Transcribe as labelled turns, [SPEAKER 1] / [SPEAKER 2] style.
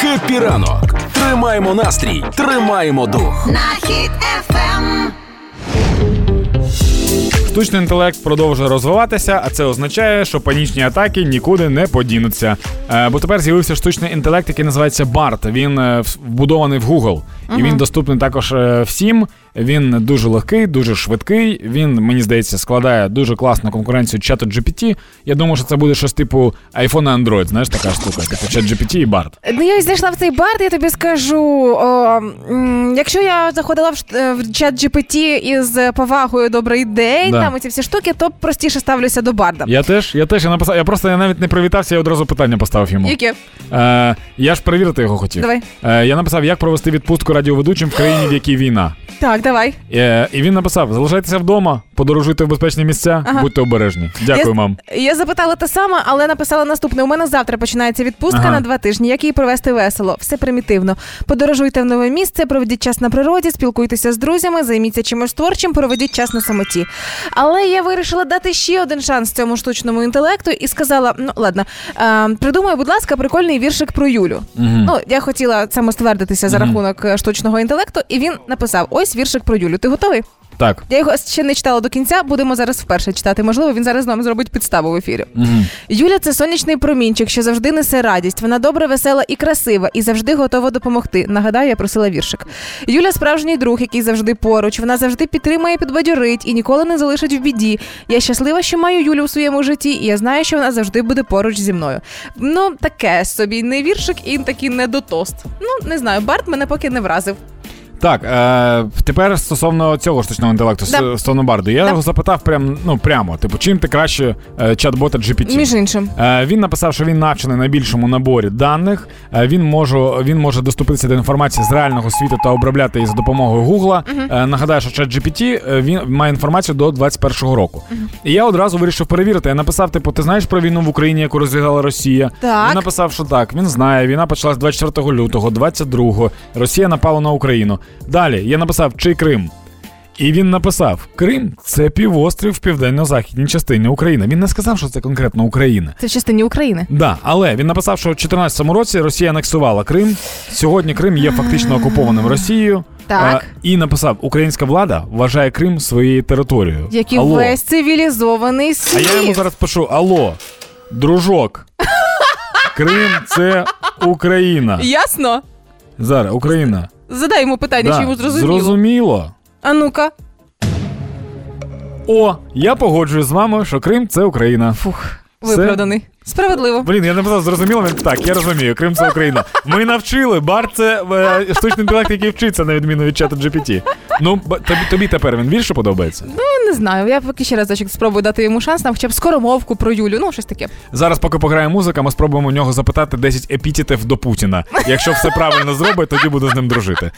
[SPEAKER 1] Хеппі ранок! Тримаємо настрій, тримаємо дух.
[SPEAKER 2] на хід FM.
[SPEAKER 3] Штучний інтелект продовжує розвиватися, а це означає, що панічні атаки нікуди не подінуться. Е, бо тепер з'явився штучний інтелект, який називається BART. Він е, вс- вбудований в Google, і він доступний також е, всім. Він дуже легкий, дуже швидкий. Він, мені здається, складає дуже класну конкуренцію чату GPT. Я думаю, що це буде щось типу iPhone і Android, знаєш, така штука, типу чат GPT і BART.
[SPEAKER 4] Ну, я й зайшла в цей бар, я тобі скажу. О, м, якщо я заходила в, шт- е, в чат GPT із повагою добрий день,
[SPEAKER 3] Да.
[SPEAKER 4] там ці всі штуки, то простіше ставлюся до барда.
[SPEAKER 3] Я теж, я теж я написав. Я просто я навіть не привітався, я одразу питання поставив йому.
[SPEAKER 4] Яке?
[SPEAKER 3] Е, я ж перевірити його хотів.
[SPEAKER 4] Давай.
[SPEAKER 3] Е, я написав, як провести відпустку радіоведучим в країні, в якій війна.
[SPEAKER 4] Так, давай.
[SPEAKER 3] Е, і він написав: залишайтеся вдома, подорожуйте в безпечні місця,
[SPEAKER 4] Ага.
[SPEAKER 3] будьте обережні. Дякую,
[SPEAKER 4] я,
[SPEAKER 3] мам.
[SPEAKER 4] Я запитала те саме, але написала наступне: у мене завтра починається відпустка
[SPEAKER 3] Ага.
[SPEAKER 4] на два тижні. Як її провести весело? Все примітивно. Подорожуйте в нове місце, проведіть час на природі, спілкуйтеся з друзями, займіться чимось творчим, проведіть час на самоті. Але я вирішила дати ще один шанс цьому штучному інтелекту і сказала: ну ладно, е, придумай, будь ласка, прикольний віршик про Юлю. Ну я хотіла самоствердитися за рахунок е, штучного інтелекту, і він написав: ось віршик про Юлю. Ти готовий?
[SPEAKER 3] Так.
[SPEAKER 4] Я його ще не читала до кінця, будемо зараз вперше читати. Можливо, він зараз нам зробить підставу в ефірі.
[SPEAKER 3] Мгм.
[SPEAKER 4] Юля це сонячний промінчик, що завжди несе радість. Вона добре, весела і красива, і завжди готова допомогти. Нагадаю, я просила віршик. Юля справжній друг, який завжди поруч. Вона завжди підтримує, підбадьорить і ніколи не залишить в біді. Я щаслива, що маю Юлю в своєму житті, і я знаю, що вона завжди буде поруч зі мною. Ну, таке собі не віршик і такий не до тост. Ну, не знаю, Барт мене поки не вразив.
[SPEAKER 3] Так, е, тепер стосовно цього штучного інтелекту,
[SPEAKER 4] Да.
[SPEAKER 3] да. стосовно барду, я
[SPEAKER 4] Да.
[SPEAKER 3] його запитав прям, ну, прямо, типу, чим ти краще е, чат-бота GPT?
[SPEAKER 4] Між іншим.
[SPEAKER 3] Е, Він написав, що він навчений на більшому наборі даних. Е, Він може він може доступитися до інформації з реального світу та обробляти її за допомогою Гугла. Е, Нагадаю, що ChatGPT е, він має інформацію до 21-го року. І я одразу вирішив перевірити. Я написав: типу, ти знаєш про війну в Україні, яку розіграла Росія?
[SPEAKER 4] Так.
[SPEAKER 3] Він написав, що так. Він знає. Війна почалась 24 лютого, 22-го. Росія напала на Україну. Далі я написав, чий Крим. І він написав: Крим це півострів в південно-західній частині України. Він не сказав, що це конкретно Україна.
[SPEAKER 4] Це в частині України.
[SPEAKER 3] Да, але він написав, що в 2014 році Росія анексувала Крим. Сьогодні Крим є фактично окупованим Росією.
[SPEAKER 4] Так.
[SPEAKER 3] Е, і написав: Українська влада вважає Крим своєю територією.
[SPEAKER 4] Як і
[SPEAKER 3] Алло.
[SPEAKER 4] весь цивілізований
[SPEAKER 3] А
[SPEAKER 4] світ.
[SPEAKER 3] я йому зараз пишу: Алло, дружок. Крим це Україна.
[SPEAKER 4] Ясно?
[SPEAKER 3] Зараз Україна.
[SPEAKER 4] Задай йому питання,
[SPEAKER 3] Да,
[SPEAKER 4] чи йому зрозуміло.
[SPEAKER 3] Зрозуміло.
[SPEAKER 4] А ну-ка.
[SPEAKER 3] О, я погоджуюсь з вами, що Крим це Україна.
[SPEAKER 4] Фух,
[SPEAKER 3] Все?
[SPEAKER 4] виправданий. Справедливо.
[SPEAKER 3] Блін, я написав, зрозуміло, він так, я розумію, Крим це Україна. Ми навчили, бар це е, штучний інтелект, який вчиться на відміну від чату GPT. Ну, б- тобі, тобі тепер він більше подобається.
[SPEAKER 4] Ну, не знаю. Я поки ще разочок спробую дати йому шанс, там хоча б скоромовку про Юлю. Ну, щось таке.
[SPEAKER 3] Зараз, поки пограє музика, ми спробуємо в нього запитати 10 епітетів до Путіна. Якщо все правильно зробить, тоді буду з ним дружити.